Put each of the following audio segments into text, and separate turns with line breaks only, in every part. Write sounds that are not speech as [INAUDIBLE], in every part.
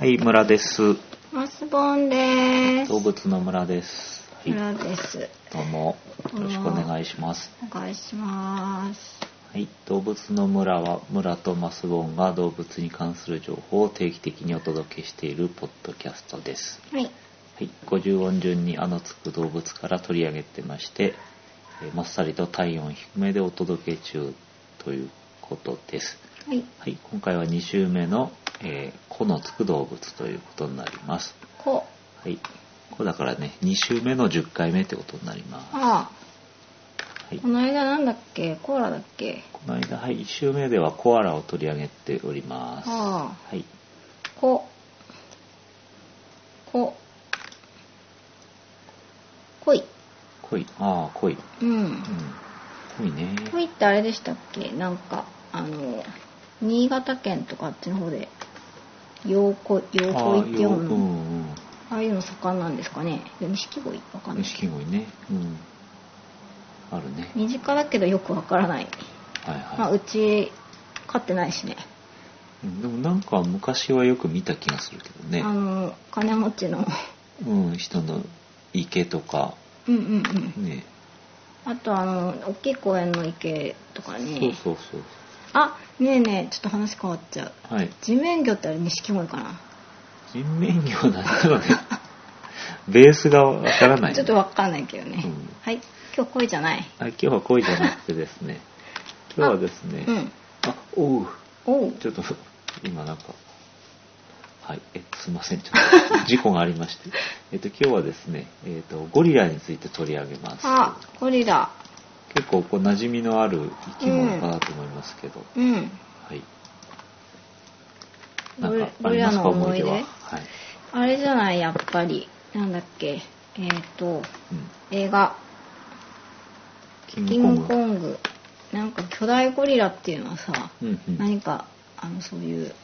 村です。
マスボンです。
動物の村です。はい、
村です。
どうも
ど
よ
うも
ろしくお願いします。
お願いします。
はい、動物の村は村とマスボンが動物に関する情報を定期的にお届けしているポッドキャストです。
はい。
はい、50音順にあのつく動物から取り上げてまして、えーもっさりと体温低めでお届け中ということです。
はい。
はい、今回は2週目の、えー、子のつく動物ということになります。
こ。
はい。これだからね、2週目の10回目ってことになります。
あ
はい
あ。こ。の間なんだっけコーラだっけ
この間、はい、1週目ではコアラを取り上げております。は
ああ。
い。
こ。こ。こい。
恋。ああ、恋。うん。
うん。
恋ね。
こいってあれでしたっけなんか、あの、新潟県とかあっちの方で、ようこ、よう
あ
こ
あ
いって読
う
むの。
ん
ああいうの盛んなんですかね錦鯉わか
うんん。
ない。
錦鯉ね。うん。あるね。
身近だけどよくわからない、
はい
まあ、
は
うち飼ってないしね
い。うんでもなんか昔はよく見た気がするけどね
あ。の金持ちの
うん、人の池とか、
うんうんうん
ね。
あとあの大きい公園の池とかね
そうそうそう。
あねえねえちょっと話変わっちゃう
はい。
地面魚ってあれ錦鯉かな、
人面魚なんだろうね。ベースがわからない、ね。
ちょっとわかんないけどね、
うん
はい今日鯉じゃない
あ今日は恋じゃなくてですね今日はですね
うん
あおう
おう
ちょっと今なんかはいえすいませんちょっと事故がありま
[LAUGHS]
してえっと今日はですね、えっとゴリラについて取り上げます
あゴリラ
結構こう馴染みのある生き物かなと思いますけど、
うん
はいな
ゴ
ん
リ
かあ
ゴリ
りま
ラ
すか
の
思
思
い出
い出
ははい、
あれじゃないやっぱりなんだっけえっ、と
うん、
映画
キン
キ
グコ
ン
ン
グ
グ
コングなんか巨大ゴリラっていうのはさ、
うんうん
何かあのそういう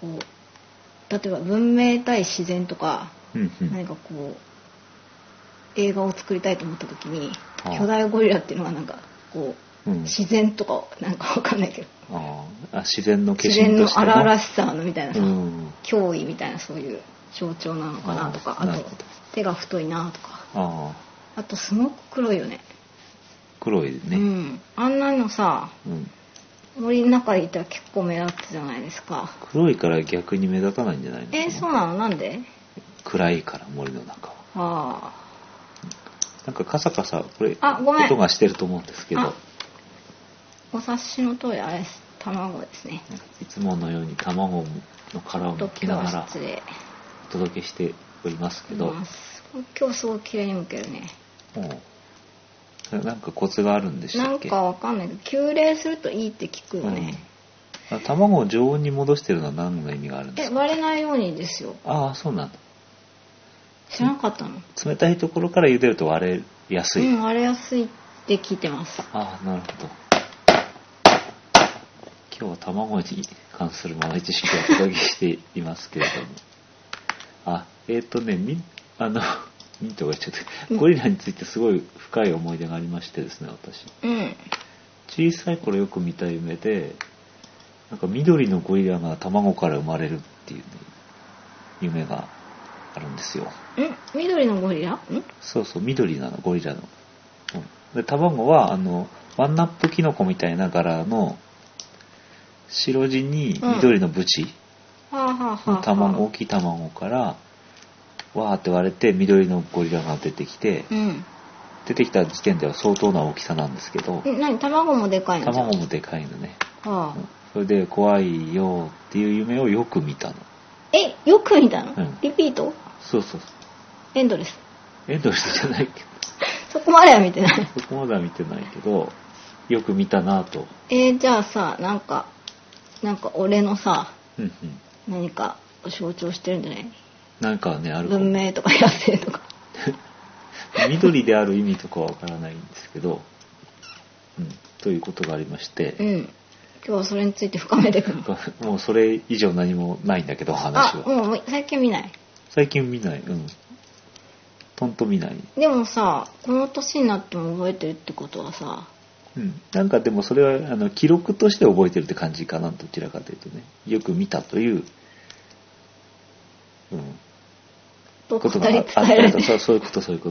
こう例えば文明対自然とか、
うんうん
何かこう映画を作りたいと思った時に
ああ
巨大ゴリラっていうのはなんかこう、
うん
自然とかなんかわかんないけど
あーあ自然の化身と
自
して
然の荒々
し
しさのみたいなさ、
うん
脅威みたいなそういう象徴なのかなとか
ああ
あ
なる
と
ほど
手が太いなとか
ああ
あとすごく黒いよね
黒いね、
うん、あんなのさ
うん
森の中でいたら結構目立つじゃないですか
黒いから逆に目立たないんじゃないのかな
えーそうなのなんで
暗いから森の中は
あ
なんかカサカサこれ
あごめん
音がしてると思うんですけど
あーお察しの通りあれです卵ですね
いつものように卵の殻を
ちょ
む
っと
き
今
な
日
が
は
ら
失礼
お届けしておりますけ
し
ど
ます今日すごい綺麗にむけるね
もうなんかコツがあるんでした
な
っ
ん
け
かわかんないけど急冷するといいって聞くよね、
うんあ卵を常温に戻してるのは何の意味があるんで
え
すか
割れないようにですよ
ああそうなんだ
知らなかったの
冷たいところから茹でると割れやすい、
うん割れやすいって聞いてます
ああなるほど今日は卵に関する豆知識をお届けしていますけれどもあえっ、とねみあの [LAUGHS] ミントがちょっと
うん
ゴリラについてすごい深い思い出がありましてですね私
うん
小さい頃よく見た夢でなんか緑のゴリラが卵から生まれるっていう、ね、夢があるんですよ
ん緑のゴリラん
そうそう、緑なの、ゴリラの。うん、で、卵は、あの、ワンナップキノコみたいな柄の、白地に緑のブチ
はあ、はあはあは
の
あ、
卵、大きい卵から、わーって割れて緑のゴリラが出てきて
う、ん
出てきた時点では相当な大きさなんですけど、
ん何卵もでかいのじゃん
卵もでかいのね。
はあ
うんそれで、怖いよーっていう夢をよく見たの。
えよく見たの、
うん
リピート
そうそうそ
エンドレス [LAUGHS]
う。エンドレスじゃないけ
そこまでは見てない
ど、そこまでは見てないけど、よく見たなぁと。
えー、じゃあさなんかなんか俺のさ
うんうん。
何かを象徴してるんじゃない
なんかね、あるかも
文明とか野
[LAUGHS]
生とか
緑である意味とかはわからないんですけど、うん、ということがありまし
う
て、
ん今日はそれについて深めていくの
もうそれ以上何もないんだけど話
あ
は
もう最近見ない
最近見ないうんとんと見ない、
でもさこの年になっても覚えてるってことはさ
うん、なんかでもそれはあの記録として覚えてるって感じかなどちらかというとねよく見たといううん。
と語
こ
り
と
伝
があ
え
あっ
ら
た
れ
り
て
とそうそういうことそういうこ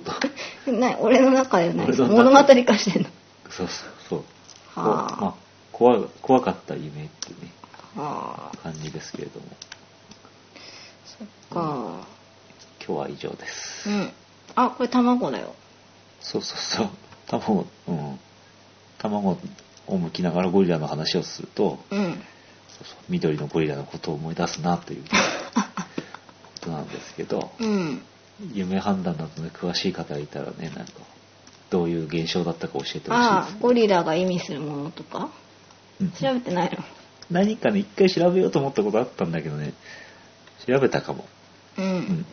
と
[LAUGHS] ない俺の中ではない
俺の中
物語化してんの
そうそうそうこうまあ
は
怖怖かった夢っていうね
あ、はあ、
感じですけれども
そっか
今日は以上です
うんあこれ卵だよ
そうそうそう [LAUGHS] 卵うん卵を剥きながらゴリラの話をすると
うん
そうそう緑のゴリラのことを思い出すなと
[LAUGHS]
いうことなんですけど
うん
夢判断などね詳しい方がいたらねなんかどういう現象だったか教えてほしいで
あ
す
あゴリラが意味するものとか
うん
調べてないの
何かね一回調べようと思ったことあったんだけどね調べたかも、
う
うん
ん、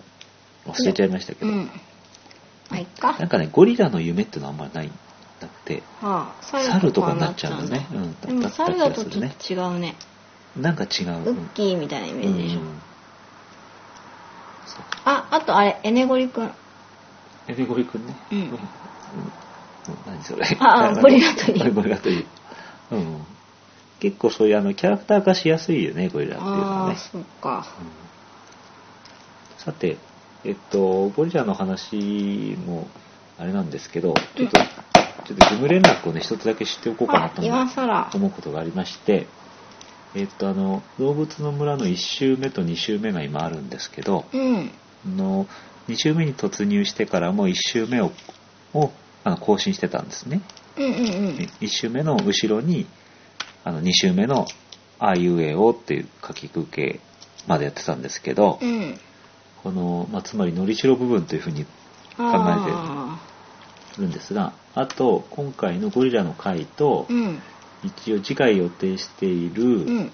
忘れちゃいましたけ
う
ど、
んあいっか
なんかねゴリラの夢ってのはあんまりないんだって
はあ
猿とかになっちゃうんだね
で
うん
も
だった
猿
気が
だ
す
と
る
ちょ
ね
っと違うね
なんか違う、
ウッキーみたいなイメージでしょ、
うんそう
ああとあれエネゴリくんあ
エビゴリくんね
うん
うんうん何それ
あ
[LAUGHS]
あゴリラといい
あゴリラといいうん結構そういうあのキャラクター化しやすいよねゴリラっていうのは
あ
ね
ーそうか
さて、えっと、ゴリラの話も、あれなんですけど、ちょっと、ちょっと事務連絡をね、一つだけ知っておこうかな
あ
と思う
今さら
思うことがありまして、えっと、あの、動物の村の1周目と2周目が今あるんですけど、
うん
あの、2周目に突入してからも1周目を、をあの更新してたんですね。
うんうんうん
1周目の後ろに、あの、2周目の、あいうえおっていう書き受けまでやってたんですけど、
うん
この、まあ、つまりのりしろ部分というふうに
あ
言うんですがあと今回のゴリラの回と
ーうん
一応次回予定している、
うん
う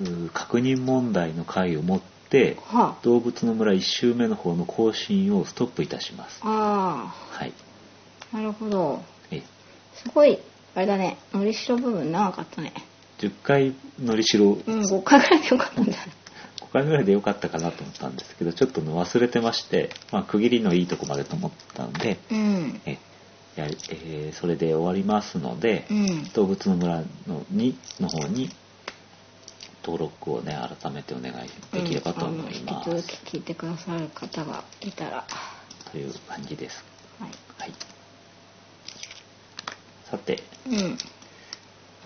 ー確認問題の回をもって
は
動物の村1周目の方の更新をストップいたします
ああ
はい
ーなるほど
え
すごいあれだねのりしろ部分長かったね
10回のりしろ5
うん5回ぐらいでよかったんじゃない
回ぐらいでよかったかなと思ったんですけどちょっとの忘れてまして、まあ、区切りのいいとこまでと思ったので
うん
えやりえーそれで終わりますので、
うん
動物の村のにの方に登録をね改めてお願いできればと思います、
うんあの引き続き聞いてくださる方がいたら
という感じです
はい
はいさて
うん
じ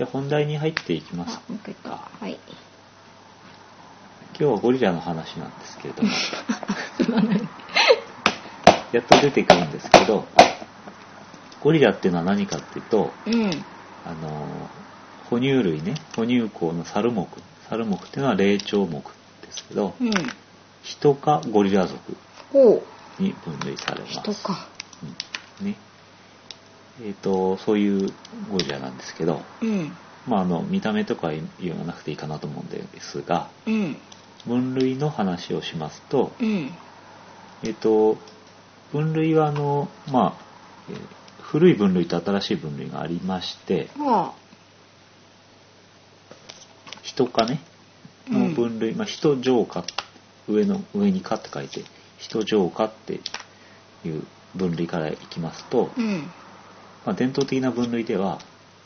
ゃあ本題に入っていきます
あもう一回言ったはい
今日はゴリラの話なんです
[LAUGHS]
けれどもやっと出てくるんですけどゴリラっていうのは何かっていうと
うん
あの哺乳類ね哺乳綱のサル目サル目っていうのは霊長目ですけど、
うん
人かゴリラ族
ほう
に分類されます。
人か
うんね。えっ、と、そういうゴリラなんですけど、
うん
まあ、あの、見た目とか言わなくていいかなと思うんですが、
うん
分類の話をしますと、
うん
えっ、と、分類はあの、まあ、えー古い分類と新しい分類がありまして、
はあ
人かね、の分類、まあ、人上下、上の、上にかって書いて、人上下っていう分類からいきますと、
うん
まあ、伝統的な分類では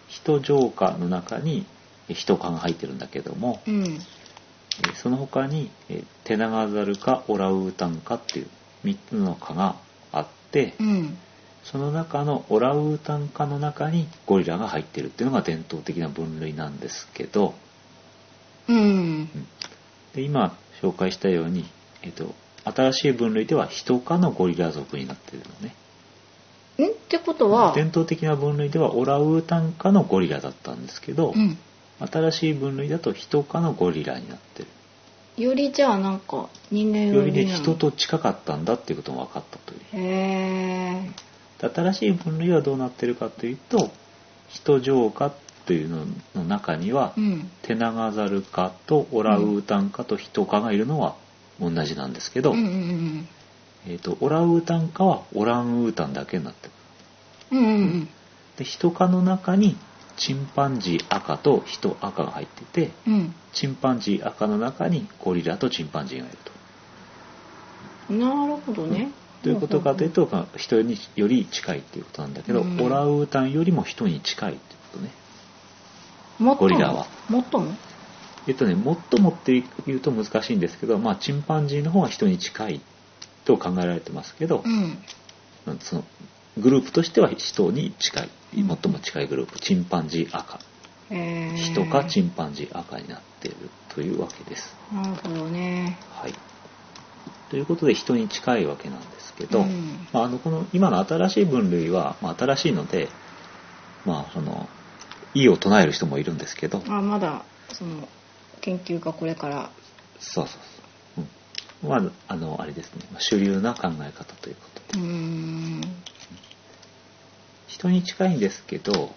人浄化の中にえ人化が入ってるんだけども、
うん
えその他にえテナガザルかオランウータンかっていう3つの科があって、
うん
その中のオランウータン科の中にゴリラが入ってるっていうのが伝統的な分類なんですけど
うん
で今紹介したように、えっと、新しい分類では人科のゴリラ族になってるのね
んってことは
伝統的な分類ではオランウータン科のゴリラだったんですけど、
うん
新しい分類だと人科のゴリラになってる
よりじゃあなんか人間
よ
よ
り
り
ね
なの
人と近かったんだっていうことも分かったとい
へえ
う新しい分類はどうなってるかというと人浄化というのの中には、
うん
テナガザル科とオランウータン科と人科がいるのは同じなんですけ
う
ど、
んうん
えー、とオランウータン科はオランウータンだけになってる
うんうんうん
で人科の中にチンパンジー赤と人赤が入ってて
うん
チンパンジー赤の中にゴリラとチンパンジーがいると。
うんなるほどね
ということかというと、まあ人により近いっていうことなんだけど、
うん
オランウータンよりも人に近いってことね
もっと
ゴ
も
リラは
もっとも
えっとね、もっともって言うと難しいんですけど、まあ、チンパンジーの方は人に近いと考えられてますけど
う、ん
そのグループとしては人に近い、最
うん
も近いグループ、チンパンジー赤。
えー、
人かチンパンジー赤になっているというわけです。
なるほどね
はい。ということで人に近いわけなんですけど、
うん
まあ、あのこの今の新しい分類は、まあ、新しいので、まあ、その異を唱える人もいるんですけど、
あまだその研究がこれから
そうそうそう、うん、まああのあれですねまあ主流な考え方ということ
うーん
人に近いんですけど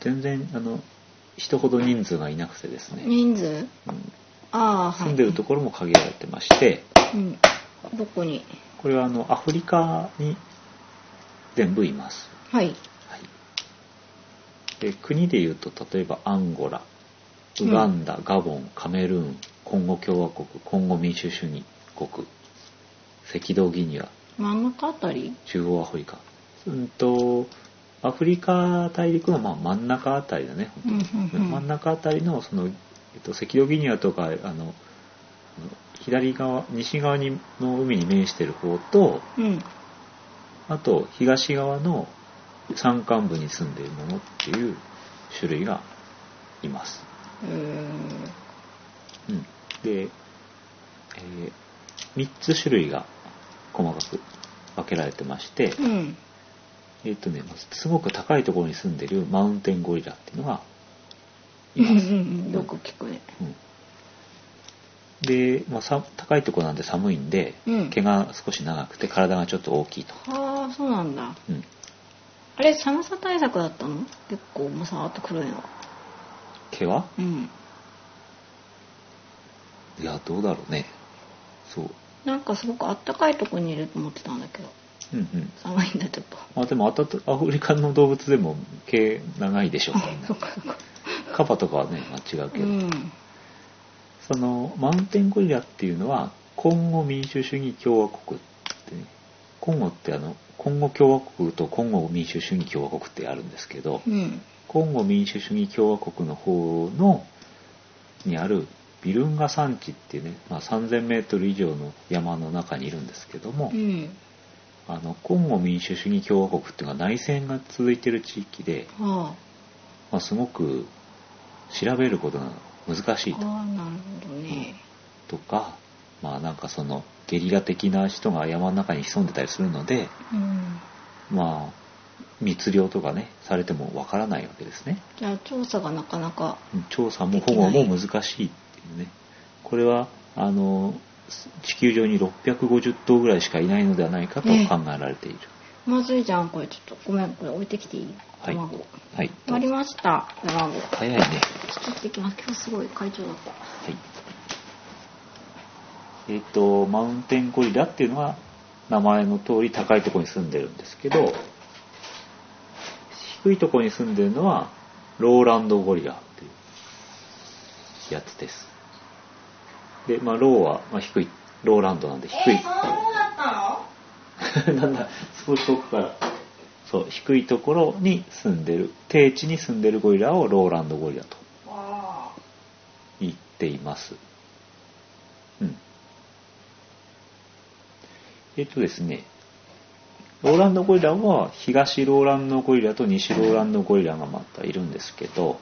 全然あの人ほど人数がいなくてですね、
人数
うん
ああはい
住んでるところも限られてまして
うんどこに
これはあのアフリカに全部います、
はい
はい、で国でいうと例えばアンゴラウガンダ、ガボンカメルーンコンゴ共和国コンゴ民主主義国赤道ギニア
真ん中あたり
中央アフリカうんとアフリカ大陸のまあ真ん中あたりだね、
うんうんうん
真ん中あたりのその、えっと、赤道ギニアとかあのあの左側西側にの海に面してる方と
うん
あと東側の山間部に住んでいるものっていう種類がいます、
うーん
うん、で、え3つ種類が細かく分けられてまして、
うん
えっ、とね、すごく高いところに住んでるマウンテンゴリラっていうのがいます。
うんよく聞くね
うんで、まあ、さ高いところなんで寒いんで、
うん
毛が少し長くて体がちょっと大きいと。
ああそうなんだ
うん
あれ寒さ対策だったの結構もうさーっと黒いの
毛は
うん
いや、どうだろうね。そう。
なんかすごくあったかいとこにいると思ってたんだけど
うんうん。
寒いんだちょっと
まあでもあたた、アフリカの動物でも毛長いで
[LAUGHS]
しょ、みん
そ
な
っ。かそっか
カパとかはね、まあ、違う
う
けど。
ん
そのマウンテンゴリラっていうのはコンゴ民主主義共和国ってねコンゴってあのコンゴ共和国とコンゴ民主主義共和国ってあるんですけど
うん
コンゴ民主主義共和国の方のにあるビルンガ山地っていうね、まあ、3000メートル以上の山の中にいるんですけども、
うん
あのコンゴ民主主義共和国っていうのは内戦が続いてる地域で、
は
まあ、すごく調べることが難しい
ああ
と。
あなるほどね
とか、まあなんかそのゲリラ的な人が山の中に潜んでたりするので、
うん
まあ密漁とかね、されてもわからないわけですね。
じゃあ調査がなかなか
調査も保護も難しいっていうね。これは、あの、地球上に650頭ぐらいしかいないのではないかと考
ね
えられている。
まずいじゃんこれちょっとごめんこれ置いてきていい
はい
卵
はい。
終わりました卵ちょ
早いね。
っと行ってきます今日すごい会長だった
はい。えっ、と、マウンテンゴリラっていうのは、名前の通り高いところに住んでるんですけど、低いところに住んでるのは、ローランドゴリラっていうやつです。で、まあ、ローは、まあ、低い、ローランドなんで低い。
ものだっ
[LAUGHS]
た
なんだ、すごい遠くから。そう、低いところに住んでる、低地に住んでるゴリラをローランドゴリラと
のわあ
言っています。うん。えっとですね、ローランドゴリラは東ローランドゴリラと西ローランドゴリラがまたいるんですけど、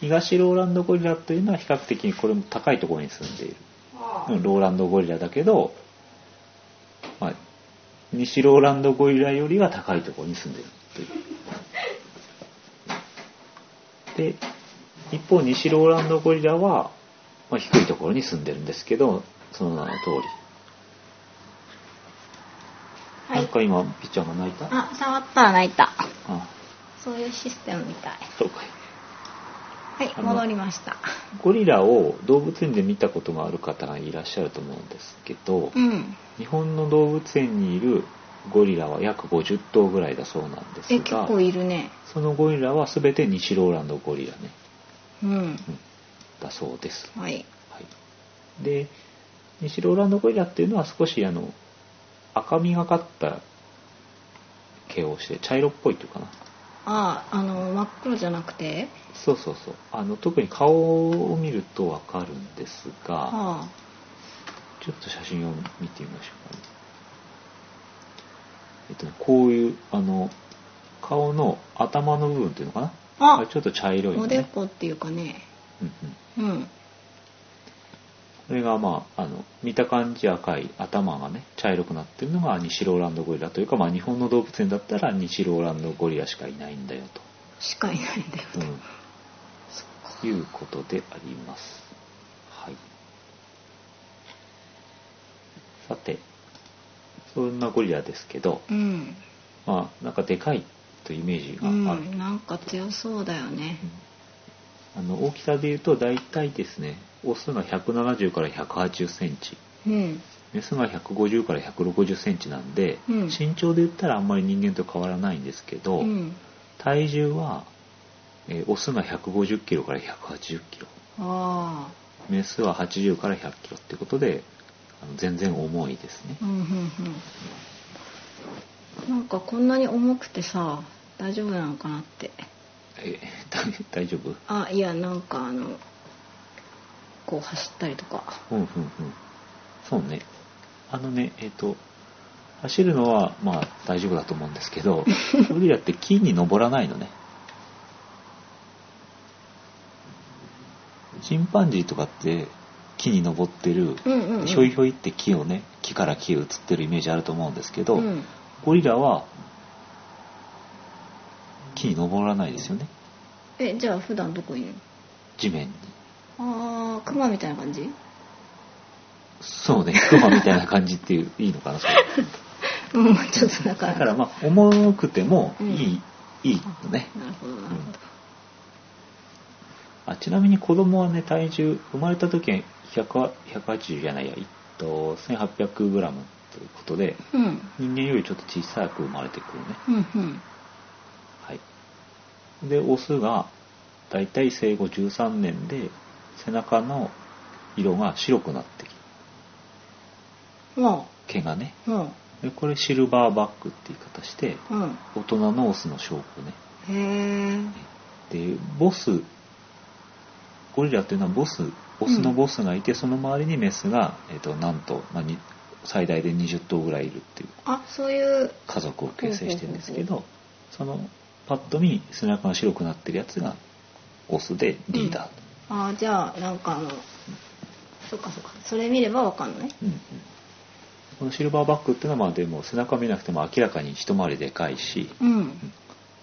東ローランドゴリラというのは比較的にこれも高いところに住んでいる。うんローランドゴリラだけど、まあ、西ローランドゴリラよりは高いところに住んでるという。で、一方西ローランドゴリラは、まあ、低いところに住んでるんですけど、その名の通り。
は
なん
い
か今、ピッチャーが泣いたあ
あ触ったら泣いた
あ、
そういうシステムみたい
そうかい。
はい
あの
戻りました
ゴリラを動物園で見たことがある方がいらっしゃると思うんですけど、
うん
日本の動物園にいるゴリラは約50頭ぐらいだそうなんです
え
が、
結構いるね
そのゴリラは全て西ローランドゴリラね、
うん
うん、だそうです、
はい
はい、で西ローランドゴリラっていうのは少しあの赤みがかった毛をして茶色っぽいというかな
あああの真っ黒じゃなくて
そうそうそうあの特に顔を見るとわかるんですが
は
ちょっと写真を見てみましょうかねえっとねこういうあの顔の頭の部分っていうのかな
あ
れちょっと茶色い
お
の
で
ね、
こっていうかね
うんうん、
うん
これがまああの見た感じ赤い頭がね茶色くなってるのがニシローランドゴリラというか、まあ、日本の動物園だったらニシローランドゴリラしかいないんだよと
しかいないんだよ、
うん
そっか
いうことであります。はい。さて、そんなゴリラですけど、
うん
まあ、なんかでかいというイメージ
う
がある。うん
んなんか強そうだよね
あの大きさで言うと、大体ですね、オスが170から180センチ、
うん
メスが150から160センチなんで、
うん
身長で言ったらあんまり人間と変わらないんですけ
う
ど、
ん
体重は、えーオスが150キロから180キロ。
あ
メスは80から100キロってことであの全然重いですね
あうんうんうんなんかこんなに重くてさ大丈夫なのかなって
え大大丈夫
あいやなんかあのこう走ったりとか
うんうんうんそうねあのねえっ、と走るのはまあ大丈夫だと思うんですけ
[LAUGHS]
どゴリラって木に登らないのねチンパンジーとかって木に登ってる、
うんうんうん
ひょいひょいって木をね木から木へ移ってるイメージあると思うんですけど、
うん
ゴリラは木に登らないですよね
えじゃあ普段どこいるの
地面に
ああクマみたいな感じ
そうねクマみたいな感じっていういいのかなそれ
うんちょっとだから
だからまあ重くてもいい、いいのね
なるほどなるほど
あちなみに子供はね体重生まれた時は100 180じゃないや、えっと、1800g ということで
うん
人間よりちょっと小さく生まれてくるね
うんうん
はいでオスがだいたい生後13年で背中の色が白くなってきて
も
毛がね
うも
でこれシルバーバックって言い方して
ううん
大人のオスの証拠ね
へえ
でボスゴリラっていうのはボスオスのボスがいて、その周りにメスが、えっとなんと、まあ、に最大で20頭ぐらいいるっていう
あそういう
家族を形成してるんですけどそのパッと見背中が白くなってるやつがオスでリーダー、
あーじゃあなんかあのそっかそっかそれ見ればわかんない
うんうんこのシルバーバックっていうのはまあでも背中見なくても明らかに一回りでかいし
うん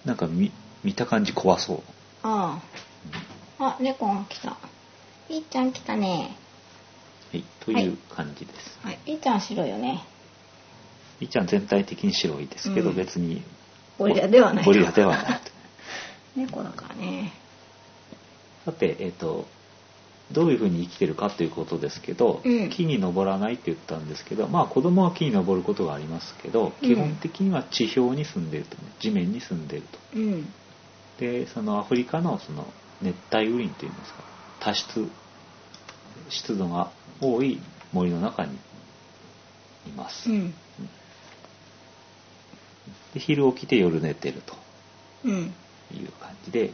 なんか見見た感じ怖そう
あああ猫が来たいっちゃん来たね
はい、という感じです。
はいいっちゃん白いよね
いっちゃん全体的に白いですけど、
うん
別に
ゴリラではない
ゴリラではない。
猫だからね
さて、えっ、と、どういうふうに生きてるかということですけど、
うん
木に登らないって言ったんですけど、まあ子供は木に登ることがありますけど、
うん
基本的には地表に住んでると、地面に住んでると。
うん
で、そのアフリカのその熱帯雨林といいますか、多湿、湿度が多い森の中にいます。
うん
で昼起きて夜寝てると。
うん
いう感じで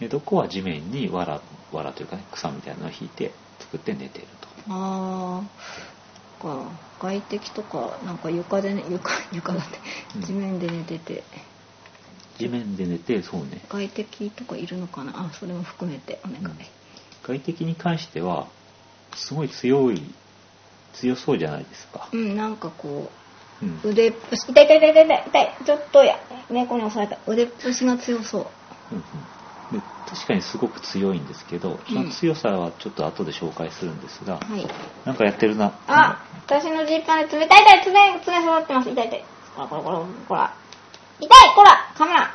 寝床は地面にわらわらというか、ね、草みたいなのを引いて作って寝てると
ああか外敵とかなんか床で、ね、床 [LAUGHS] 床だって
うん
地面で寝てて、
地面で寝てそうね
外敵とかいるのかなあそれも含めてお願い、
うん外敵に関してはすごい強い強そうじゃないですか
う、ん、なんかこ
うん
う腕っぷし痛い痛い痛い痛い痛いちょっとや猫に襲われた腕っぷしが強そう
うんうんで確かにすごく強いんですけどその強さはちょっと後で紹介するんですが、
はい
なんかやってるな
あ私のジーパンで冷たい痛い冷たい爪刺さってます痛い痛いこらこらこらこら痛いこらカメラ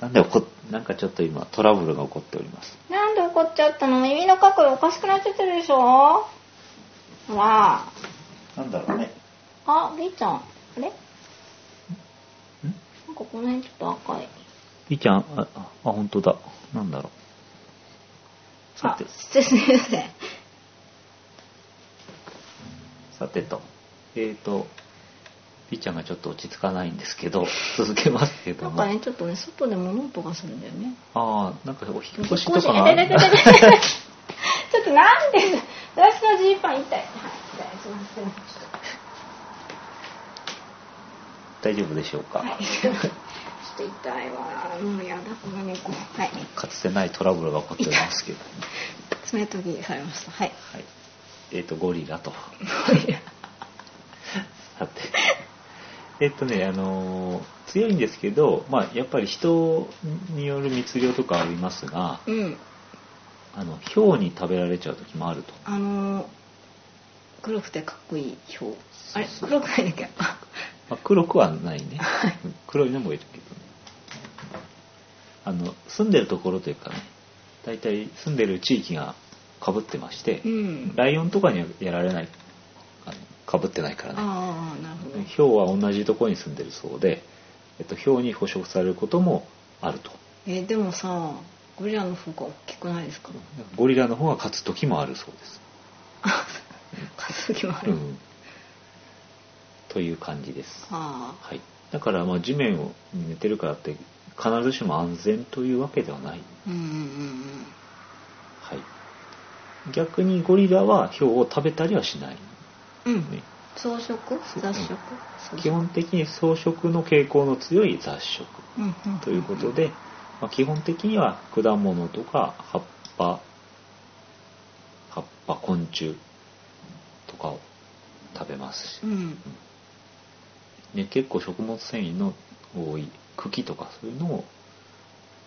なんで怒っなんかちょっと今トラブルが起こっております
なんで怒っちゃったの耳の角度おかしくなっちゃってるでしょほら
なんだろうね
あ、りーちゃん。あれなんか
ん
この辺ちょっと赤い。
いいちゃんあああ本当だなんだろうさ
あ
て、
失礼すいま
さてと、えっ、と、ピーちゃんがちょっと落ち着かないんですけど、 [LAUGHS] 続けますけ
な
ど
ん
も。
かねちょっとね外で物音がするんだよね
ああ、なんかお引っ越し
引
と
っ越
か
し
が。
え痛い痛い痛い痛い [LAUGHS] ちょっとなんで私のジーパン痛いはい痛いすいません
[LAUGHS] 大丈夫でしょうか。
はいちょっと痛いわもうやだこの猫はい
かつてないトラブルが起こっておりますけど。
爪研ぎされましたはい
はい。えっ、と、ゴリラと。さ
[LAUGHS]
て。えっとね、あのー強いんですけど、まあ、やっぱり人による密漁とかありますが、
[LAUGHS] うん
あの、豹に食べられちゃう時もあると。
あのー黒くてかっこいい表あれ
そうそう
黒くないんだっけあ
まあ、黒くはないね
はい。
うん黒いのもいるけどね。あの、住んでるところというかね、大体住んでる地域が被ってまして
う、ん
ライオンとかにはやられない、かぶってないからね。
ああなるほどね
ヒョウは同じところに住んでるそうで、えっと、ヒョウに捕食されることもあると。
えーでもさゴリラの方が大きくないですか [LAUGHS]
ゴリラの方が勝つ時もあるそうです。
あ数ぎもあ
う
る、
ん。という感じです。
ああ
はい。だから、まあ、地面を寝てるからって、必ずしも安全というわけではない。
うんうんうん
はい。逆にゴリラはヒョウを食べたりはしない。
うんうん
ね、
草食
う
雑食草食
基本的に草食の傾向の強い雑食
うんんんん
ということで、まあ、基本的には果物とか葉っぱ、葉っぱ、昆虫とかを食べますし
う、ん
ね、結構食物繊維の多い茎とかそういうのを、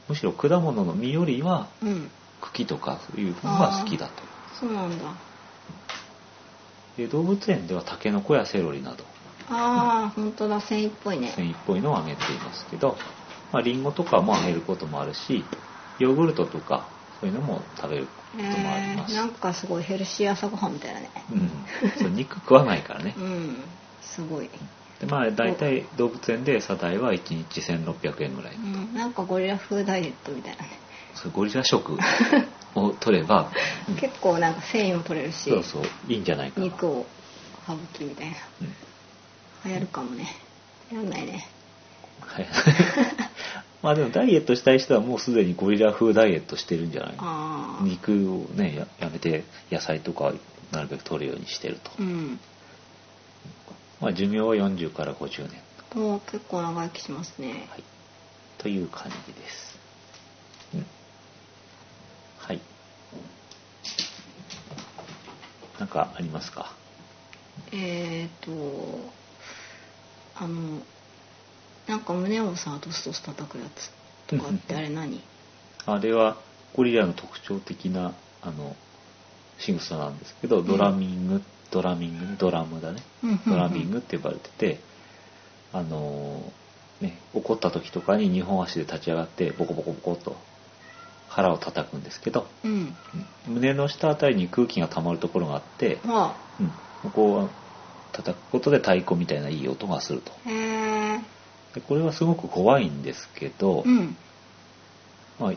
むしろ果物の実よりは
うん
茎とかそういう方が好きだと。
そうなんだ
で動物園ではタケノコやセロリなど
ああ本当だ繊維っぽいね
繊維っぽいのをあげていますけど、まあ、リンゴとかもあげることもあるしヨーグルトとかそういうのも食べること
え
もありま
ー
す、
なんかすごいヘルシー朝ごはんみたいだね
うん、そう肉食わないからね
うんすごい、
でまあ大体動物園で餌代は1日1600円ぐらい
うん、なんかゴリラ風ダイエットみたいなね
そうゴリラ食を取れば、うん
結構なんか繊維も取れるし
そうそういいんじゃないかな
肉を省きみたいな
うん
流行るかもねやんないね
はい [LAUGHS] まあでもダイエットしたい人はもうすでにゴリラ風ダイエットしてるんじゃない
ああ
肉をねややめて野菜とかなるべく取るようにしてると、
うん
まあ、寿命は40から50年、
もう結構長生きしますね
はい、という感じです、うん、はいなんかありますか
えー、とあのなんか胸をさドスドス叩くやつとかってあれ何
あれはゴリラの特徴的なあの仕草なんですけどドラミング、ドラミングドラムだねドラミングって呼ばれてて、あのーね、怒った時とかに二本足で立ち上がってボコボコボコっと腹を叩くんですけど、
うん
うん胸の下あたりに空気が溜まるところがあって、
は
うん、ここを叩くことで太鼓みたいないい音がすると
あへえ
でこれはすごく怖いんですけど、
うん
まあ、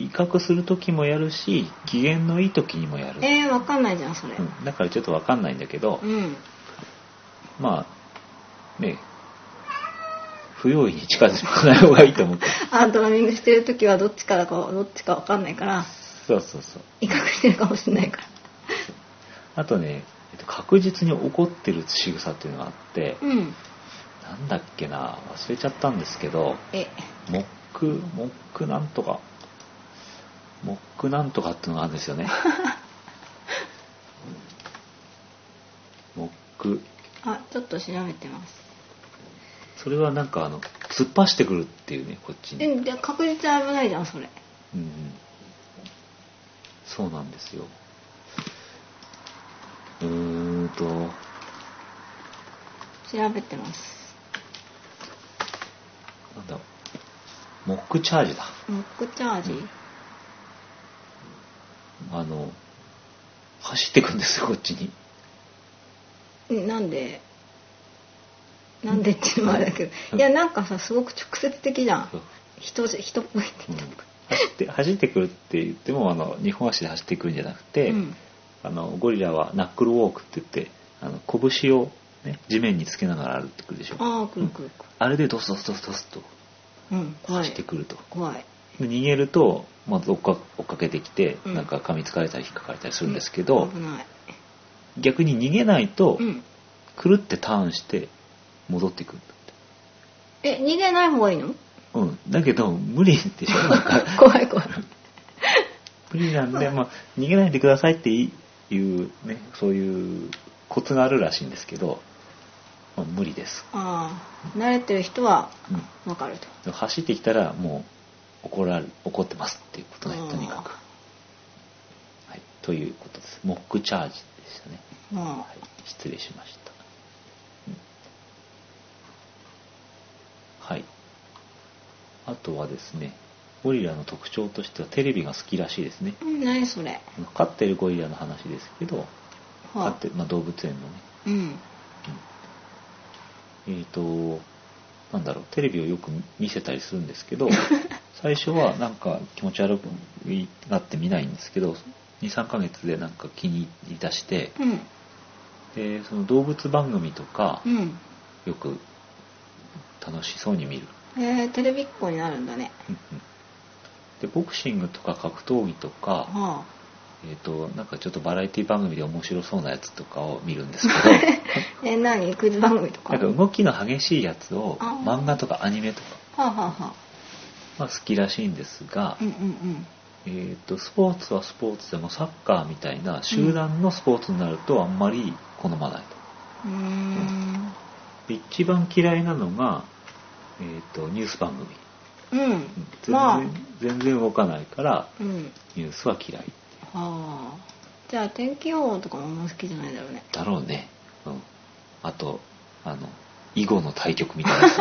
威嚇する時もやるし機嫌のいい時にもやる、
えー、わかんないじゃんそれ
うん、だからちょっとわかんないんだけど、
うん
まあね不用意に近づかない方がいいと思って
あドラミングしてる時はどっちからかどっちかわかんないから
そうそうそう
威嚇してるかもしれないから
あとねえっと確実に怒ってる仕草っていうのがあって、
うん
なんだっけな忘れちゃったんですけど
え
モックモックなんとかモックなんとかっていうのがあるんですよねモック
あちょっと調べてます
それはなんかあの突っ走ってくるっていうねこっちに、
えで確実に危ないじゃんそれ
うんうん、そうなんですようーんと
調べてます
なんだモックチャージだ
モックチャージ、
あの走ってくんですよこっちに
えなんでなんでっていうのはあれだけどいやなんかさすごく直接的じゃん
そう
人じ人っぽいって
うん
言っ
走って走ってくるって言ってもあの二本足で走ってくるんじゃなく
て
て、
うん
あのゴリラはナックルウォークって言ってあの拳をね、地面につけながら歩いてくるでしょ
ああくるくるく
あれでドスドスドスドスと
るうん怖
走っ
い
てくると、
怖い
で逃げると、まず追っか追っかけてきて、
うん
なんか噛みつかれたり引っかかれたりするんですけど、
危ない
逆に逃げないと、
うん
くるってターンして戻ってくるんだって
え逃げない方がいいの
うん、だけど無理でしょなん
[LAUGHS]
か
怖い怖い
無理なんで、まあ、逃げないでくださいっていうねそういうコツがあるらしいんですけど、まあ、無理です、
ああ慣れてる人は
う
分かると
ん、走ってきたらもう怒られ怒ってますっていうことねとにかく、はい、ということですモックチャージでしたね、
くも
はい、失礼しました、うんはいあとはですねゴリラの特徴としてはテレビが好きらしいですね
ううん何それ
飼ってるゴリラの話ですけど、飼っ
は
てまあ、動物園のね、
いうん
えっ、と、なんだろう、テレビをよく見せたりするんですけど、最初はなんか気持ち悪くなって見ないんですけど、2、3ヶ月でなんか気に入り出して、
うん
で、その動物番組とか
う、ん
よく楽しそうに見る。
えー、テレビっ子になるんだね
うんうんで、ボクシングとか格闘技とか、
は
えっ、と、なんかちょっとバラエティ番組で面白そうなやつとかを見るんですけ
[LAUGHS]
ど、
あえ何クイズ番組とか
なんか動きの激しいやつを
あー
漫画とかアニメとか、
はあ、はあは
まあ、好きらしいんですが
あ、う、んうん
えー、とスポーツはスポーツでもサッカーみたいな集団のスポーツになるとあんまり好まないと
うんうーん
で一番嫌いなのが、えー、とニュース番組
うん
うん全然,、
まあ
全然動かないから
うん
ニュースは嫌い
はあじゃあ天気予報とかもあんま好きじゃないだろうね
だろうね、うん、あとあの囲碁の対局みたいな
[LAUGHS]
やつ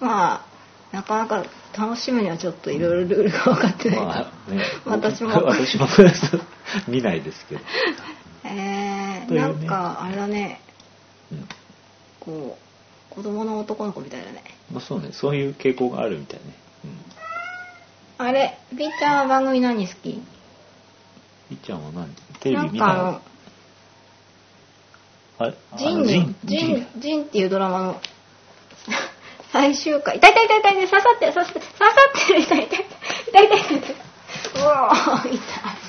まあなかなか楽しむにはちょっといろいろルールが分かってないから、
まあね
[LAUGHS] 私も
[LAUGHS] 私も見ないですけど、
え
と
ー、
いうね
なんかあれだね
うん
こう子供の男の子みたいだね
まあ、そうねそういう傾向があるみたいね、うん
あれピーちゃんは番組何好き
いっちゃんは何テレ
な
ビ
ん
見
かあ
な
の
いあれあ
ジ
の
ン
ジン
ジ
ジン
ンジンっていうドラマの [LAUGHS] 最終回痛い痛い痛い痛い痛い刺さってる刺さってる刺さってる痛い痛い痛い痛い痛い痛いうおー痛い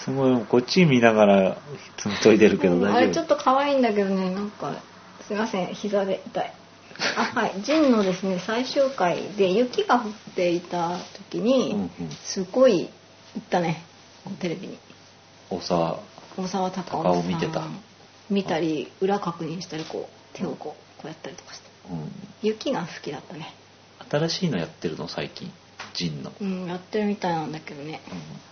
すごいこっち見ながらつむといてるけど
あ
大
れ
丈
ちょっ
夫
と可愛いんだけどねなんかすいません膝で痛いあはいジンのですね最終回で雪が降っていた時に、
うんうん
すごい行ったねテレビに
おさ
大沢たかお
高
さ
尾
ん
見てた
見たり裏確認したりこう手をこうこうやったりとかして
うん
雪が好きだったね
新しいのやってるの最近ジンの、
うんやってるみたいなんだけどね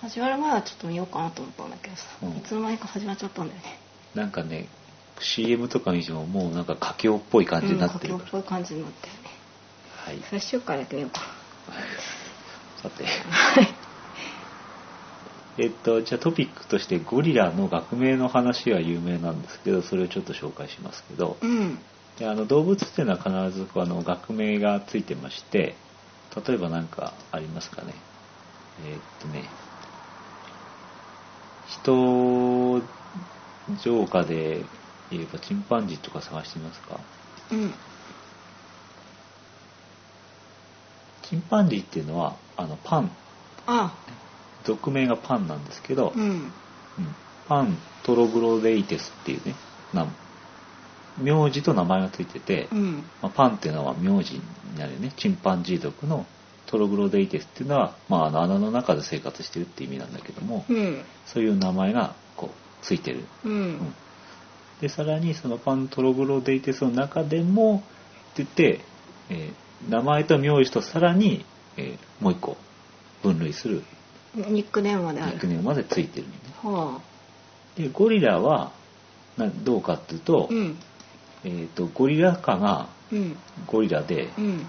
うん
始まる前はちょっと見ようかなと思ったんだけどさ、
うん
いつの間にか始まっちゃったんだよね
なんかね CM とか見てももうなんか佳境っぽい感じになってる
うん
か
佳境っ
ら、
ぽい感じになったよね
はい
最終回だけ見ようか
[LAUGHS] さて
はい
えっとじゃあトピックとしてゴリラの学名の話は有名なんですけどそれをちょっと紹介しますけど、
[LAUGHS] うん
であの動物っていうのは必ずこうあの学名がついてまして例えば何かありますかねえーっとね人浄化で言えばチンパンジーとか探してみますか
うん
チンパンジーっていうのはあのパン
あ
俗名がパンなんですけど、
うん
うんパントログロデイテスっていうねな名字と名前がついてて、
うん
まあ、パンっていうのは名字になるよねチンパンジー族のトログロデイテスっていうのは、まあ、あの穴の中で生活してるって意味なんだけども、
うん
そういう名前がこうついてる、
う
うん
ん
でさらにそのパントログロデイテスの中でもって言って、えー名前と名字とさらに、えーもう一個分類する
ニックネームまで
ニ
あ
ック
る
ネームまでついてるのね
は
でゴリラはなどうかっていう
あ
と,、
うん
えー、とゴリラ科が
うん
ゴリラで
うん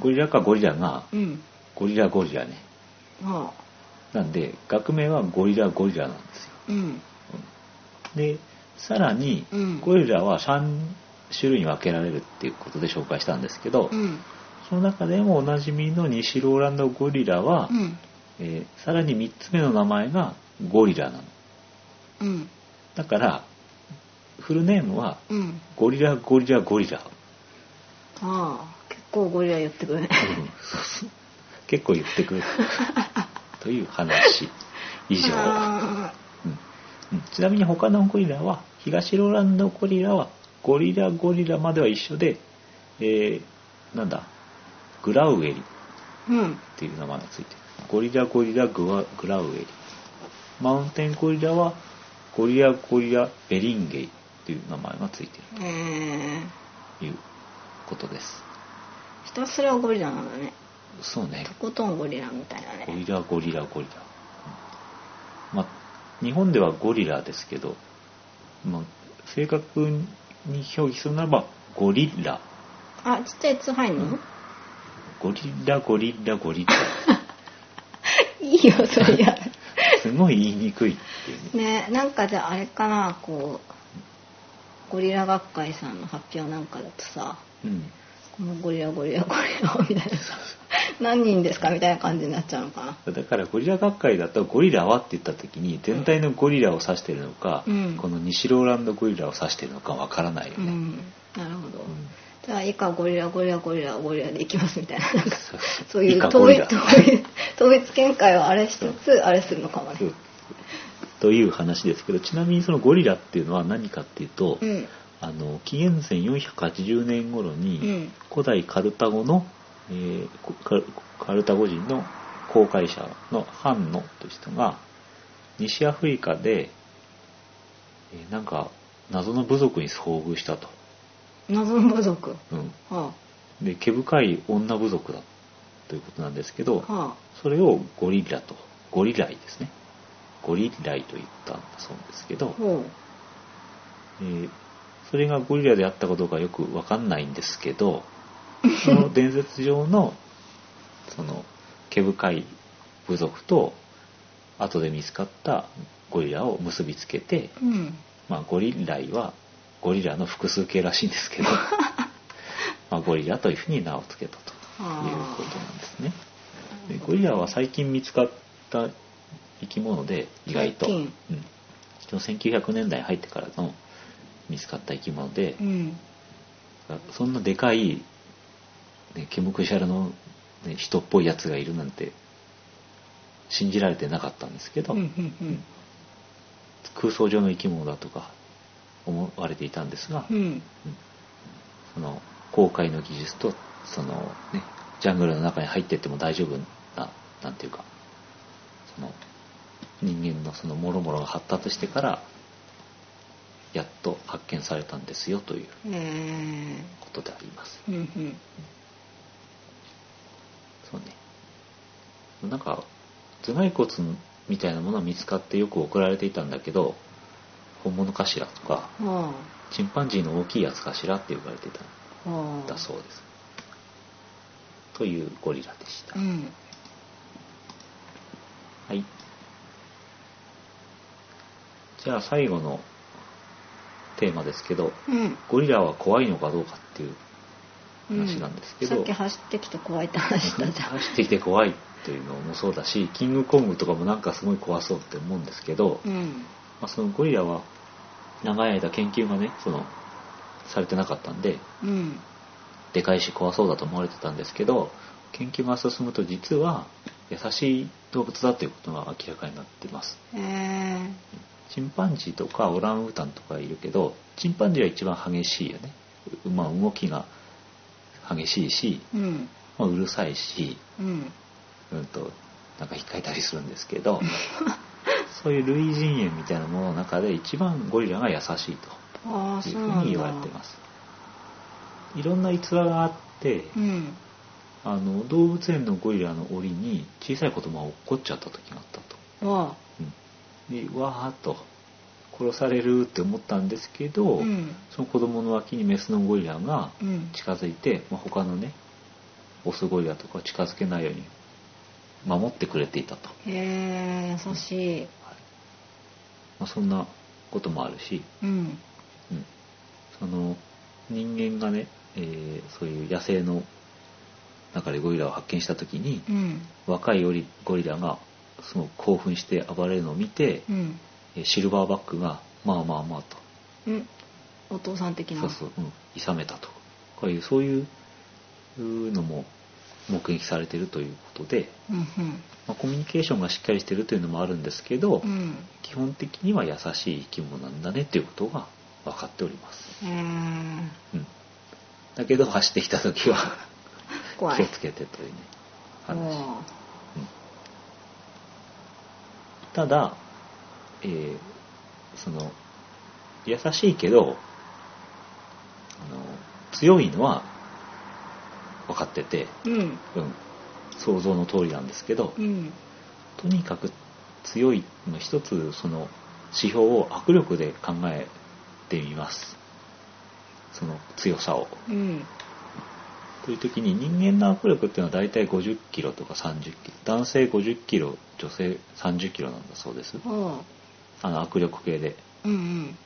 ゴリラ科ゴリラが
うん
ゴリラゴリラね。
はあ
なんで、学名はゴリラゴリラなんですよ。
うん
で、さらに、
うん
ゴリラは3種類に分けられるっていうことで紹介したんですけど、
うん
その中でもおなじみの西ローランドゴリラは、
うん
えーさらに3つ目の名前がゴリラなの。
うん
だから、フルネームは
うん
ゴリラゴリラゴリラ、
ああ結構ゴリラ言ってくるね
結構言ってくる
[LAUGHS]
という話以上、
あ
うんうんちなみに他のゴリラは東ローランドゴリラはゴリラゴリラまでは一緒で、えーなんだグラウエリっ
ーうん
ていう名前がついてるゴリラゴリラグワグラウエリマウンテンゴリラはゴリラゴリラベリンゲイっていう名前がついてる
えー、
ということです
ひたすらゴリラなんだね
そうね
とことんゴリラみたいな
ゴ
ね
リラゴリラゴリラ、うんまあ、日本ではゴリラですけど、まあ、正確に表記するならばゴリラ
あちっちゃい「つ」入んの、
ゴリラゴリラゴリラ
[LAUGHS] いいよそりゃ
すごい言いにくいっていうね
ねなんかじゃああれかなこうゴリラ学会さんの発表なんかだとさ
うん
このゴリラゴリラゴリラみたいなさ何人ですかみたいな感じになっちゃうのかな
だからゴリラ学会だとゴリラはって言った時に全体のゴリラを指してるのか、
うん
この西ローランドゴリラを指してるのかわからないよ
う
ね、
んなるほど、
うん
じゃあ以下ゴリラゴリラゴリラゴリラでいきますみたいななんか
そう
そうい
以
う
下
統
ゴリ
一
ラ
統一統一見解をあれしつつあれするのかもね
そうという話ですけどちなみにそのゴリラっていうのは何かっていうと、
うん
あの紀元前480年頃に、
うん
古代カルタゴの、えーこカルカルタゴ人の航海者のハンノという人が西アフリカで、えーなんか謎の部族に遭遇したと、
謎の部族
うん、
は
で毛深い女部族だということなんですけど
あは
それをゴリラとゴリライですねゴリライと言ったんだそうですけど
あ、ほ
えーそれがゴリラであったかどうかはよくわかんないんですけどその伝説上のその毛深い部族と後で見つかったゴリラを結びつけて、
ううん
まあ、ゴリライはゴリラの複数形らしいんですけどまあゴリラというふうに名を付けたという
は
ことなんですね
あ
でゴリラは最近見つかった生き物で意外と、う
最
ん
近、
その1900年代に入ってからの見つかった生き物で
う、ん
そんなでかい、ね、ケムクシャラの、ね、人っぽいやつがいるなんて信じられてなかったんですけ
う
ど、
んうん
空想上の生き物だとか思われていたんですが、
うんうん
その航海の技術とその、ね、ジャングルの中に入ってっても大丈夫ななんていうかその人間のそのもろもろが発達してからやっと発見されたんですよという
え
ことであります。
ーうんうん
そうねなんか頭蓋骨みたいなものは見つかってよく送られていたんだけど本物かしらとか
は
チンパンジーの大きいやつかしらって呼ばれていた
あは
ん
あ
だそうです。というゴリラでした。
うん
はい。じゃあ最後のテーマですけど、
うん
ゴリラは怖いのかどうかって
[LAUGHS]
いう
うん
話なんですけど、
さっき走ってきて怖いって話したじゃん
走ってきて怖いっていうのもそうだし、キングコングとかもなんかすごい怖そうって思うんですけど、
う
ま
ん
あ、そのゴリラは長い間研究がね、その、されてなかったんで、
うん
でかいし怖そうだと思われてたんですけど、研究が進むと実は優しい動物だということが明らかになってます。
え
チンパンジーとかオランウータンとかいるけどチンパンジーは一番激しいよね、うまあ、動きが激しいし、
ーうん
まあ、うるさいし、
うん
うん、となんか引っかいたりするんですけ [LAUGHS] どそういう類人猿みたいなものの中で一番ゴリラが優しい
ああ
とい
そうう
ふう
な
ん
だ
に言われてますいろんな逸話があって、
うん
あの動物園のゴリラの檻に小さい子供が落っこっちゃった時があったと。
は
うんでわーっと殺されるって思ったんですけど、
あうん
その子供の脇にメスのゴリラが
うん
近づいて、まあ、他のねオスゴリラとかを近づけないように守ってくれていたと、
へえ優しい
まあ、そんなこともあるし、
うん
うん、その人間がね、えーそういう野生の中でゴリラを発見した時に
うん
若いゴリゴリラがすごく興奮して暴れるのを見て
う、ん
えーシルバーバックがまあまあまあと
うんお父さん的な
そうそう、うん、いさめたとこういうそういうのも目撃されているということで、
うん
まあ、コミュニケーションがしっかりしているというのもあるんですけど、
うんうん
基本的には優しい生き物なんだねということが分かっております、
うーん
うん、だけど走ってきた時は
怖
気
い
をつけてというね
お
話、
ー
ただ、えーその優しいけどあの強いのは分かってて、
うん
うん、想像の通りなんですけど、
うん
とにかく強いの一つその指標を握力で考えてみますその強さを
うん
という時に人間の握力っていうのは大体50キロとか30キロ男性50キロ女性30キロなんだそうです
おー
あの握力計で
うん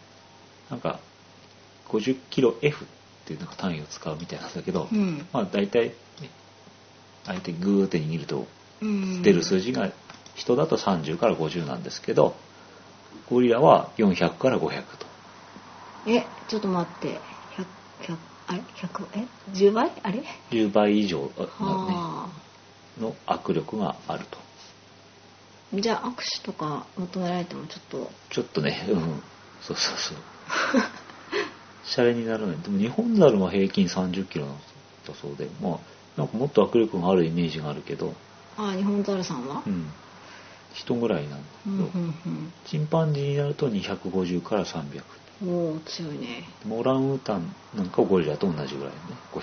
なんか50キロ F っていうなんか単位を使うみたいなんだけど、
うんうん
まあ大体ね相手グーって握ると
うん
出る数字が人だと30から50なんですけどゴリラは400から500と
えちょっと待って100 100あれ100え10倍あれは
10倍以上の,、ね、
あ
の握力があると
じゃあ握手とか求められてもちょっと
ちょっとねうんそうそう
[LAUGHS]
そうシャレにならないでも日本ザルも平均3 0キロなんだそうでまあなんかもっと握力があるイメージがあるけど
ああ日本ザルさんは
うん人ぐらいなんだ
う
け
ん
ど、
うん
チンパンジーになると250から300
うんおお強いね
オランウータンなんかゴリラと同じぐらいのね
へ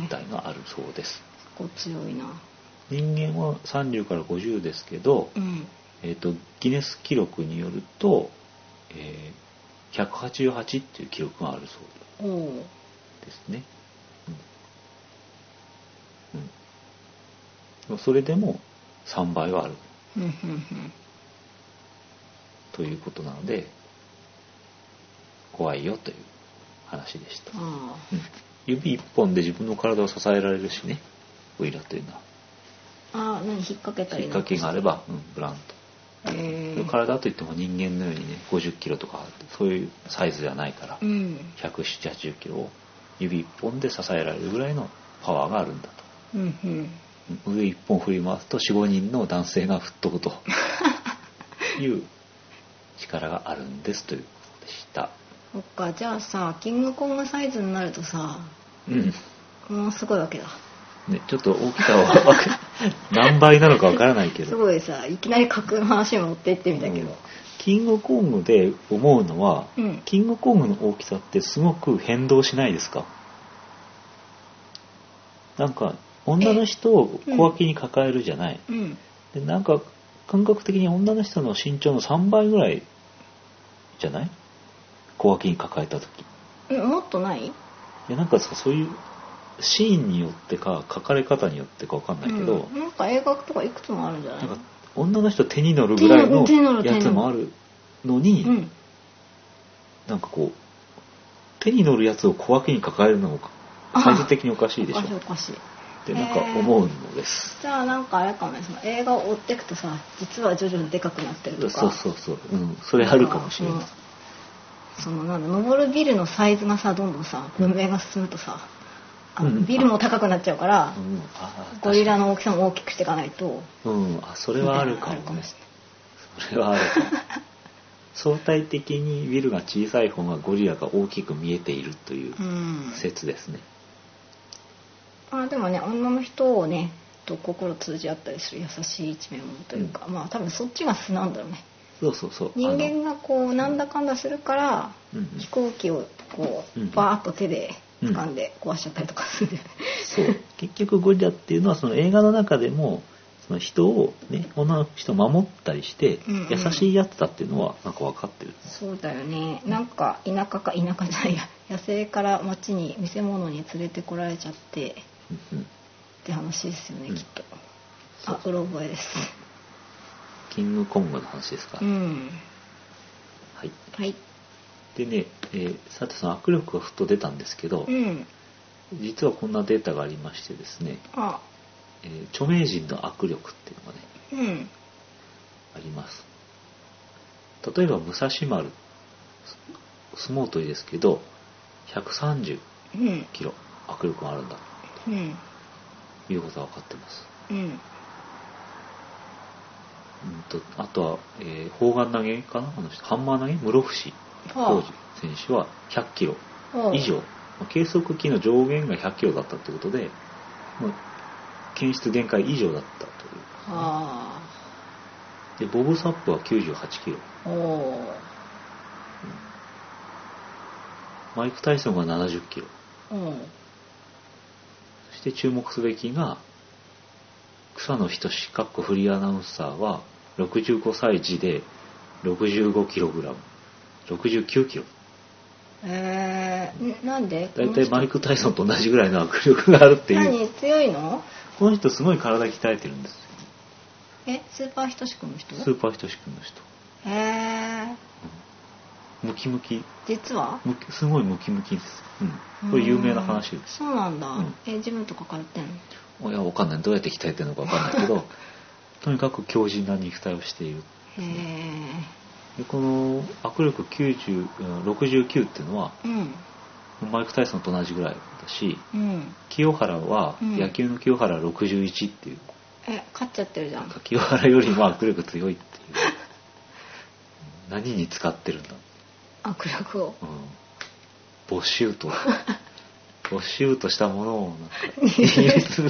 500
ー
台があるそうです
結構強いな
人間は30から50ですけど、
うん
えー、とギネス記録によると、えー188っていう記録があるそう
おお
ですねうん、うんでも、それでも3倍はある
うんうんうん
ということなので怖いよという話でした、
あ
うん、指1本で自分の体を支えられるしねゴリラというのは
あああ何引っ掛けた
き
り
っ
なん
かけがあれば、うん、ブランと
えー、
体といっても人間のようにね50キロとかそういうサイズじゃないから
うん
170キロを指一本で支えられるぐらいのパワーがあるんだと
うんうん
うん腕一本振り回すと45人の男性が吹っ [LAUGHS] 飛ぶという力があるんですということでした
そっかじゃあさキングコングサイズになるとさ
うん
もうすごいわけだ
ね、ちょっと大きさは分か
[LAUGHS]
何倍なのかわからないけど
すごいさいきなり架空の話に持って行ってみたけ
うん
ど
キングコングで思うのは、
うん
キングコングの大きさってすごく変動しないですかなんか女の人を小脇に抱えるじゃない、
うん
でなんか感覚的に女の人の身長の3倍ぐらいじゃない小脇に抱えた時い
うんもっとない
やなんかさそういうシーンによってか書かれ方によってかわかんないけど、
うん、なんか映画とかいくつもあるんじゃない
なん
の
か女の人手に乗るぐらいの
手に乗る手に乗る
やつもあるのに、
うん
なんかこう手に乗るやつを小脇に抱えるのも最終的におかしいでしょ
おかしいお
っ
かしい
てなんか思うのです、
じゃあなんかあれかもねその映画を追っていくとさ実は徐々にでかくなってるとか
そうそうそう、うん、それあるかもしれない、
なんかそのそのなんだ登るビルのサイズがさどんどんさ文明が進むとさあの
うん
ビルも高くなっちゃうから、
うん、あー
ゴリラの大きさも大きくしていかないと
確かにうんあそれはあるかも
みたい
ね
なのがあるかもし
それはあるかも相対的にビルが小さい方がゴリラが大きく見えているという
うん
説ですね、
あでもね女の人をねと心通じ合ったりする優しい一面もというか、まあ多分そっちが素なんだろうね
そうそうそう
人
あの
間がこうなんだかんだするから
うんうん
飛行機をこ
うん
うバーッと手で掴んで壊しちゃったりと
[LAUGHS]
かする、
そう結局ゴリラっていうのはその映画の中でもその人を、ね、女の人を守ったりして
うんうん
優しいやつだっていうのはなんか分かってる、
そうだよねなんか田舎か田舎じゃないや野生から町に見せ物に連れてこられちゃってっ
うんうん
て話ですよね、
うん
きっと
そう
あうろ覚えです
キングコングの話ですか、
うん
はい、
はい
でね、えーさてその握力がふっと出たんですけど、
うん
実はこんなデータがありましてですね、
あ
えー著名人の握力っていうのがね
うん
あります例えば武蔵丸す相撲取りですけど130
うん
キロ握力があるんだ
うん
ということは分かってます、
うん
うん、とあとは、えー砲丸投げかなあの人ハンマー投げ室伏浩二選手は100キロ
はあ
以上、まあ計測器の上限が100キロだったということで、まあ検出限界以上だった
は
というでボブ・サップは98キロ
あおお
マイク・タイソンが70キロ
うん
そして注目すべきが草野仁志かっこフリーアナウンサーは65歳児で 65kg69kg
えー、んなんで
大体マイク・タイソンと同じぐらいの握力があるっていう
何強いの
この人すごい体鍛えてるんですよ
えスーパーひとしくんの人
スーパーひとしくんの人
へえ
ムキムキ
実は
ムキすごいムキムキです、うん、これ有名な話
うん
です
そうなんだ、
うん
えジムとか通ってんの
いやわかんないどうやって鍛えてるのかわかんないけど [LAUGHS] とにかく強靭な肉体をしている
へえ
でこの握力90うん69っていうのは
うん
マイク・タイソンと同じぐらいだし
うん
清原は、
うん
野球の清原は61っていう
え勝っちゃってるじゃ
なん
ん
か清原よりも握力強いっていう何に使ってるんだ、
握力を
うん、没収と没収としたものをなんかイギリス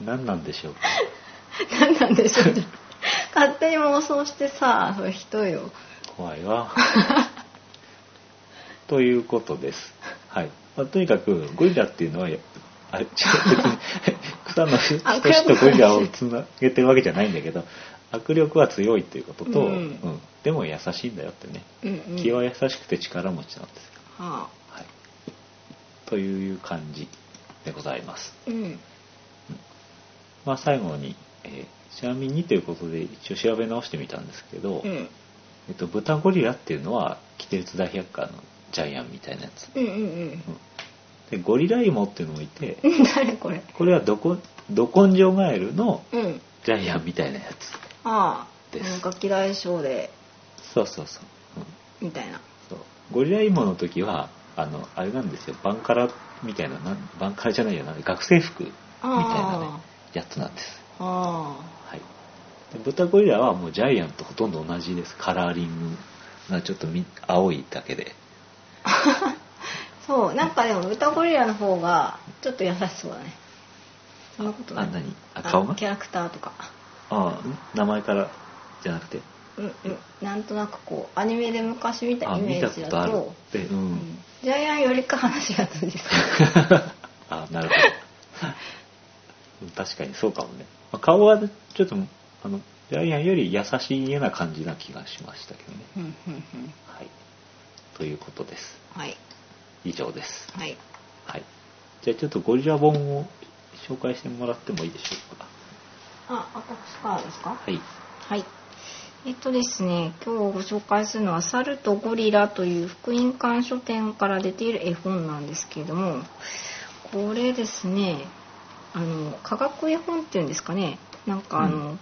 何なんでしょうか
何なんでしょうね勝手に妄想してさそれひどいよ
怖いわ [LAUGHS] ということです、はいまあ、とにかくゴリラっていうのはあれ違う別に草の人
あ
とゴリラをつなげてるわけじゃないんだけど握力は強いっていうことと、
うん
うんでも優しいんだよってね
うんうん
気は優しくて力持ちなんです、
はあ
はい、という感じでございます
うん
まあ最後に、えーちなみにということで一応調べ直してみたんですけど、
うん
えっと、豚ゴリラっていうのはキテレツ大百科のジャイアンみたいなやつ
うんうん
でゴリラ芋っていうのもいて
うん [LAUGHS] 誰これ
これはどこど根性ガエルの
うん
ジャイアンみたいなやつ
ああ
です
なんか嫌い性で
そうそうそう,、うん、
みたいな
そうゴリラ芋の時はあのあれなんですよバンカラみたいななんバンカラじゃないよな学生服みたいなね
あ
やつなんです、
ああ
はい、で豚ゴリラはもうジャイアンとほとんど同じですカラーリングがちょっとみ青いだけで
あ [LAUGHS] そうなんかでも豚ゴリラの方がちょっと優しそうだねそんなことな
あ
い
何あ顔が
キャラクターとか
ああん名前からじゃなくて
うんうんなんとなくこうアニメで昔見た
あ
イ
見
メ
た
ー
こ
ジだ
とある
と
ってう
うんんジャイアンよりか話が通じそう
[LAUGHS] あなるほど [LAUGHS] 確かにそうかもね、まあ顔はちょっとあのジャイアンより優しい家な感じな気がしましたけどね [LAUGHS]
うんうんうん
はいということです
はい
以上です
はい
はいじゃあちょっとゴリラ本を紹介してもらってもいいでしょうか
あ私からですか
はい
はい。えっとですね、今日ご紹介するのは「猿とゴリラ」という福音館書店から出ている絵本なんですけれどもこれですねあの科学絵本っていうんですかねなんかあの、
う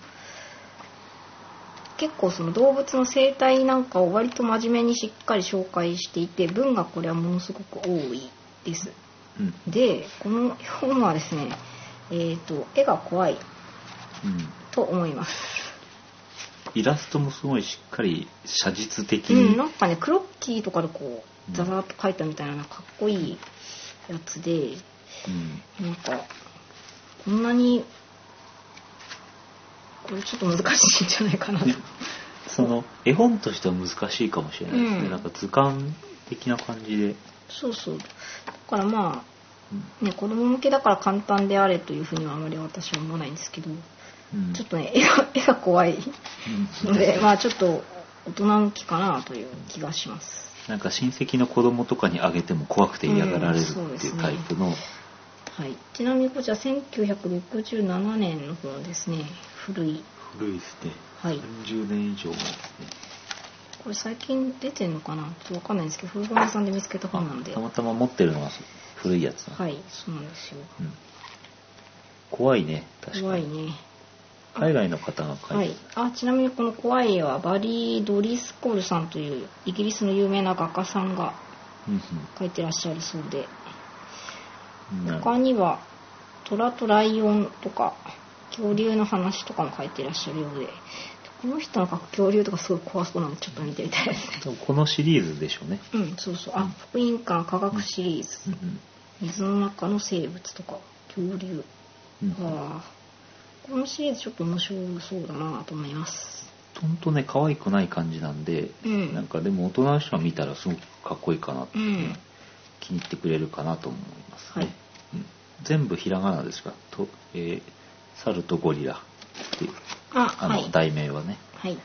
結構その動物の生態なんかを割と真面目にしっかり紹介していて文がこれはものすごく多いです。
うん
でこの絵本はですね、えっと絵が怖い
うん
と思います。
イラストもすごいしっかり写実的
う
に、
ん、なんかねクロッキーとかでこ
うん
うザラーっと描いたみたいなかっこいいやつで
うん
なんかこんなにこれちょっと難しいんじゃないかなと、
ねその絵本としては難しいかもしれないですね、
うん
なんか図鑑的な感じで、
そうそうだからま
うん
あね子供向けだから簡単であれというふうにはあまり私は思わないんですけど
うん
ちょっとね絵が絵が怖い
うん [LAUGHS]
のでまあちょっと大人向きかなという気がします
なんか親戚の子供とかにあげても怖くて嫌がられる
うんそうで
ってい
す
う
ね
タイプの、
はい、ちなみにこちら1967年の方ですね古い
古いですね
はい
30年以上も、ね、
これ最近出てんのかなちょっとわかんないんですけど古本屋さんで見つけた本なんで
た
は
またま持ってるのは古いやつな、
いそうなんですよ
うん怖いね確かに
怖いね
海外の方が書
はいい
てる、
あちなみにこの「怖い」はバリー・ドリスコルさんというイギリスの有名な画家さんが
うん
書いてらっしゃるそうで
うんなるほ
他
ど
には虎とライオンとか恐竜の話とかも書いてらっしゃるようでこの人なんか恐竜とかすごい怖そうなのでちょっと見てみたいですね
このシリーズでし [LAUGHS] ょうね。
うんそうそうあ福音館科学シリーズ
うん
水の中の生物とか恐竜
うんうん
あーこのシリーズちょっと面白そうだなと思います
ほんとね可愛くない感じなんで、
うん
なんかでも大人の人が見たらすごくかっこいいかなって、ね
うん
気に入ってくれるかなと思います、ね
はい
うん全部ひらがなですかと、えー猿とゴリラっていう
あ
あの、
はい
題名はね、
はい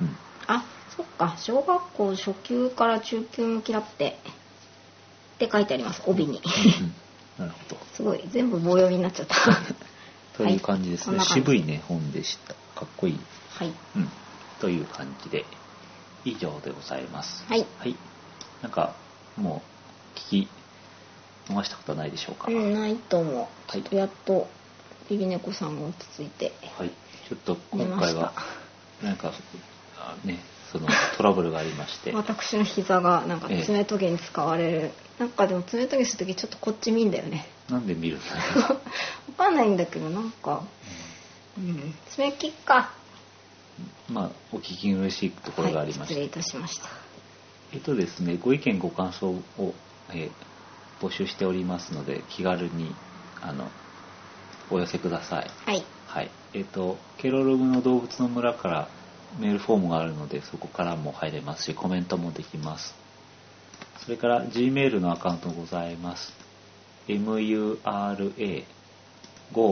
うん、
あそっか小学校初級から中級向きだってって書いてあります帯に
うんなるほど
[LAUGHS] すごい全部棒読みになっちゃった
という感じですね、
はいこんな
渋
感じ
いね本でしたかっこいい、
はい
うん、という感じで以上でございます
はい
はいなんかもう聞き逃したことはないでし [LAUGHS] ょうか、
うんないと思う
はい
ちょっとやっとビビ猫さんが落ち着いて
はい、ちょっと
寝
今
ま
回
し
は
た
なんかあねそのトラブルがありまして
[LAUGHS] 私の膝がなんか
ええ
爪研ぎに使われる、なんかでも爪研ぎする時ちょっとこっち見んだよね
なんで見るんだ
[LAUGHS] わ
ろ
かんないんだけどなんかうん爪切っか
う [LAUGHS] まあお聞き苦しいところがありま
は
して、
い、失礼いたしました
えっとですねご意見ご感想を、えー募集しておりますので気軽にあのお寄せください
はい
はいえっとケロログの動物の村からメールフォームがあるのでそこからも入れますしコメントもできますそれから Gmail のアカウントございます。mura5000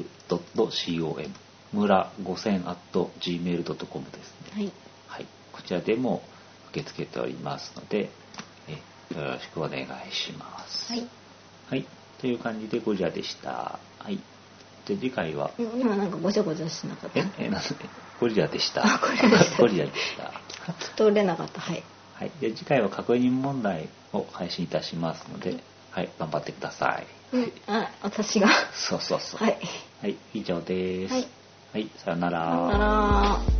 gmail.com 村5000 gmail.com ですね。
はい
はい。こちらでも受け付けておりますので、えよろしくお願いします。
はい
はい。という感じでゴジラでした。はい。じゃあ次回は、
うん今なんかごちゃごちゃしてなかった
え、え、なんで、ゴリラでした。
あゴリラでした
ゴリラでした。
取れなかったはい
はい。で、次回は確認問題を配信いたしますので、はい、頑張ってください。
うんあ私がは
そうそうそう。
い
はい、以上です。
はい。
はい、さよな
さよなら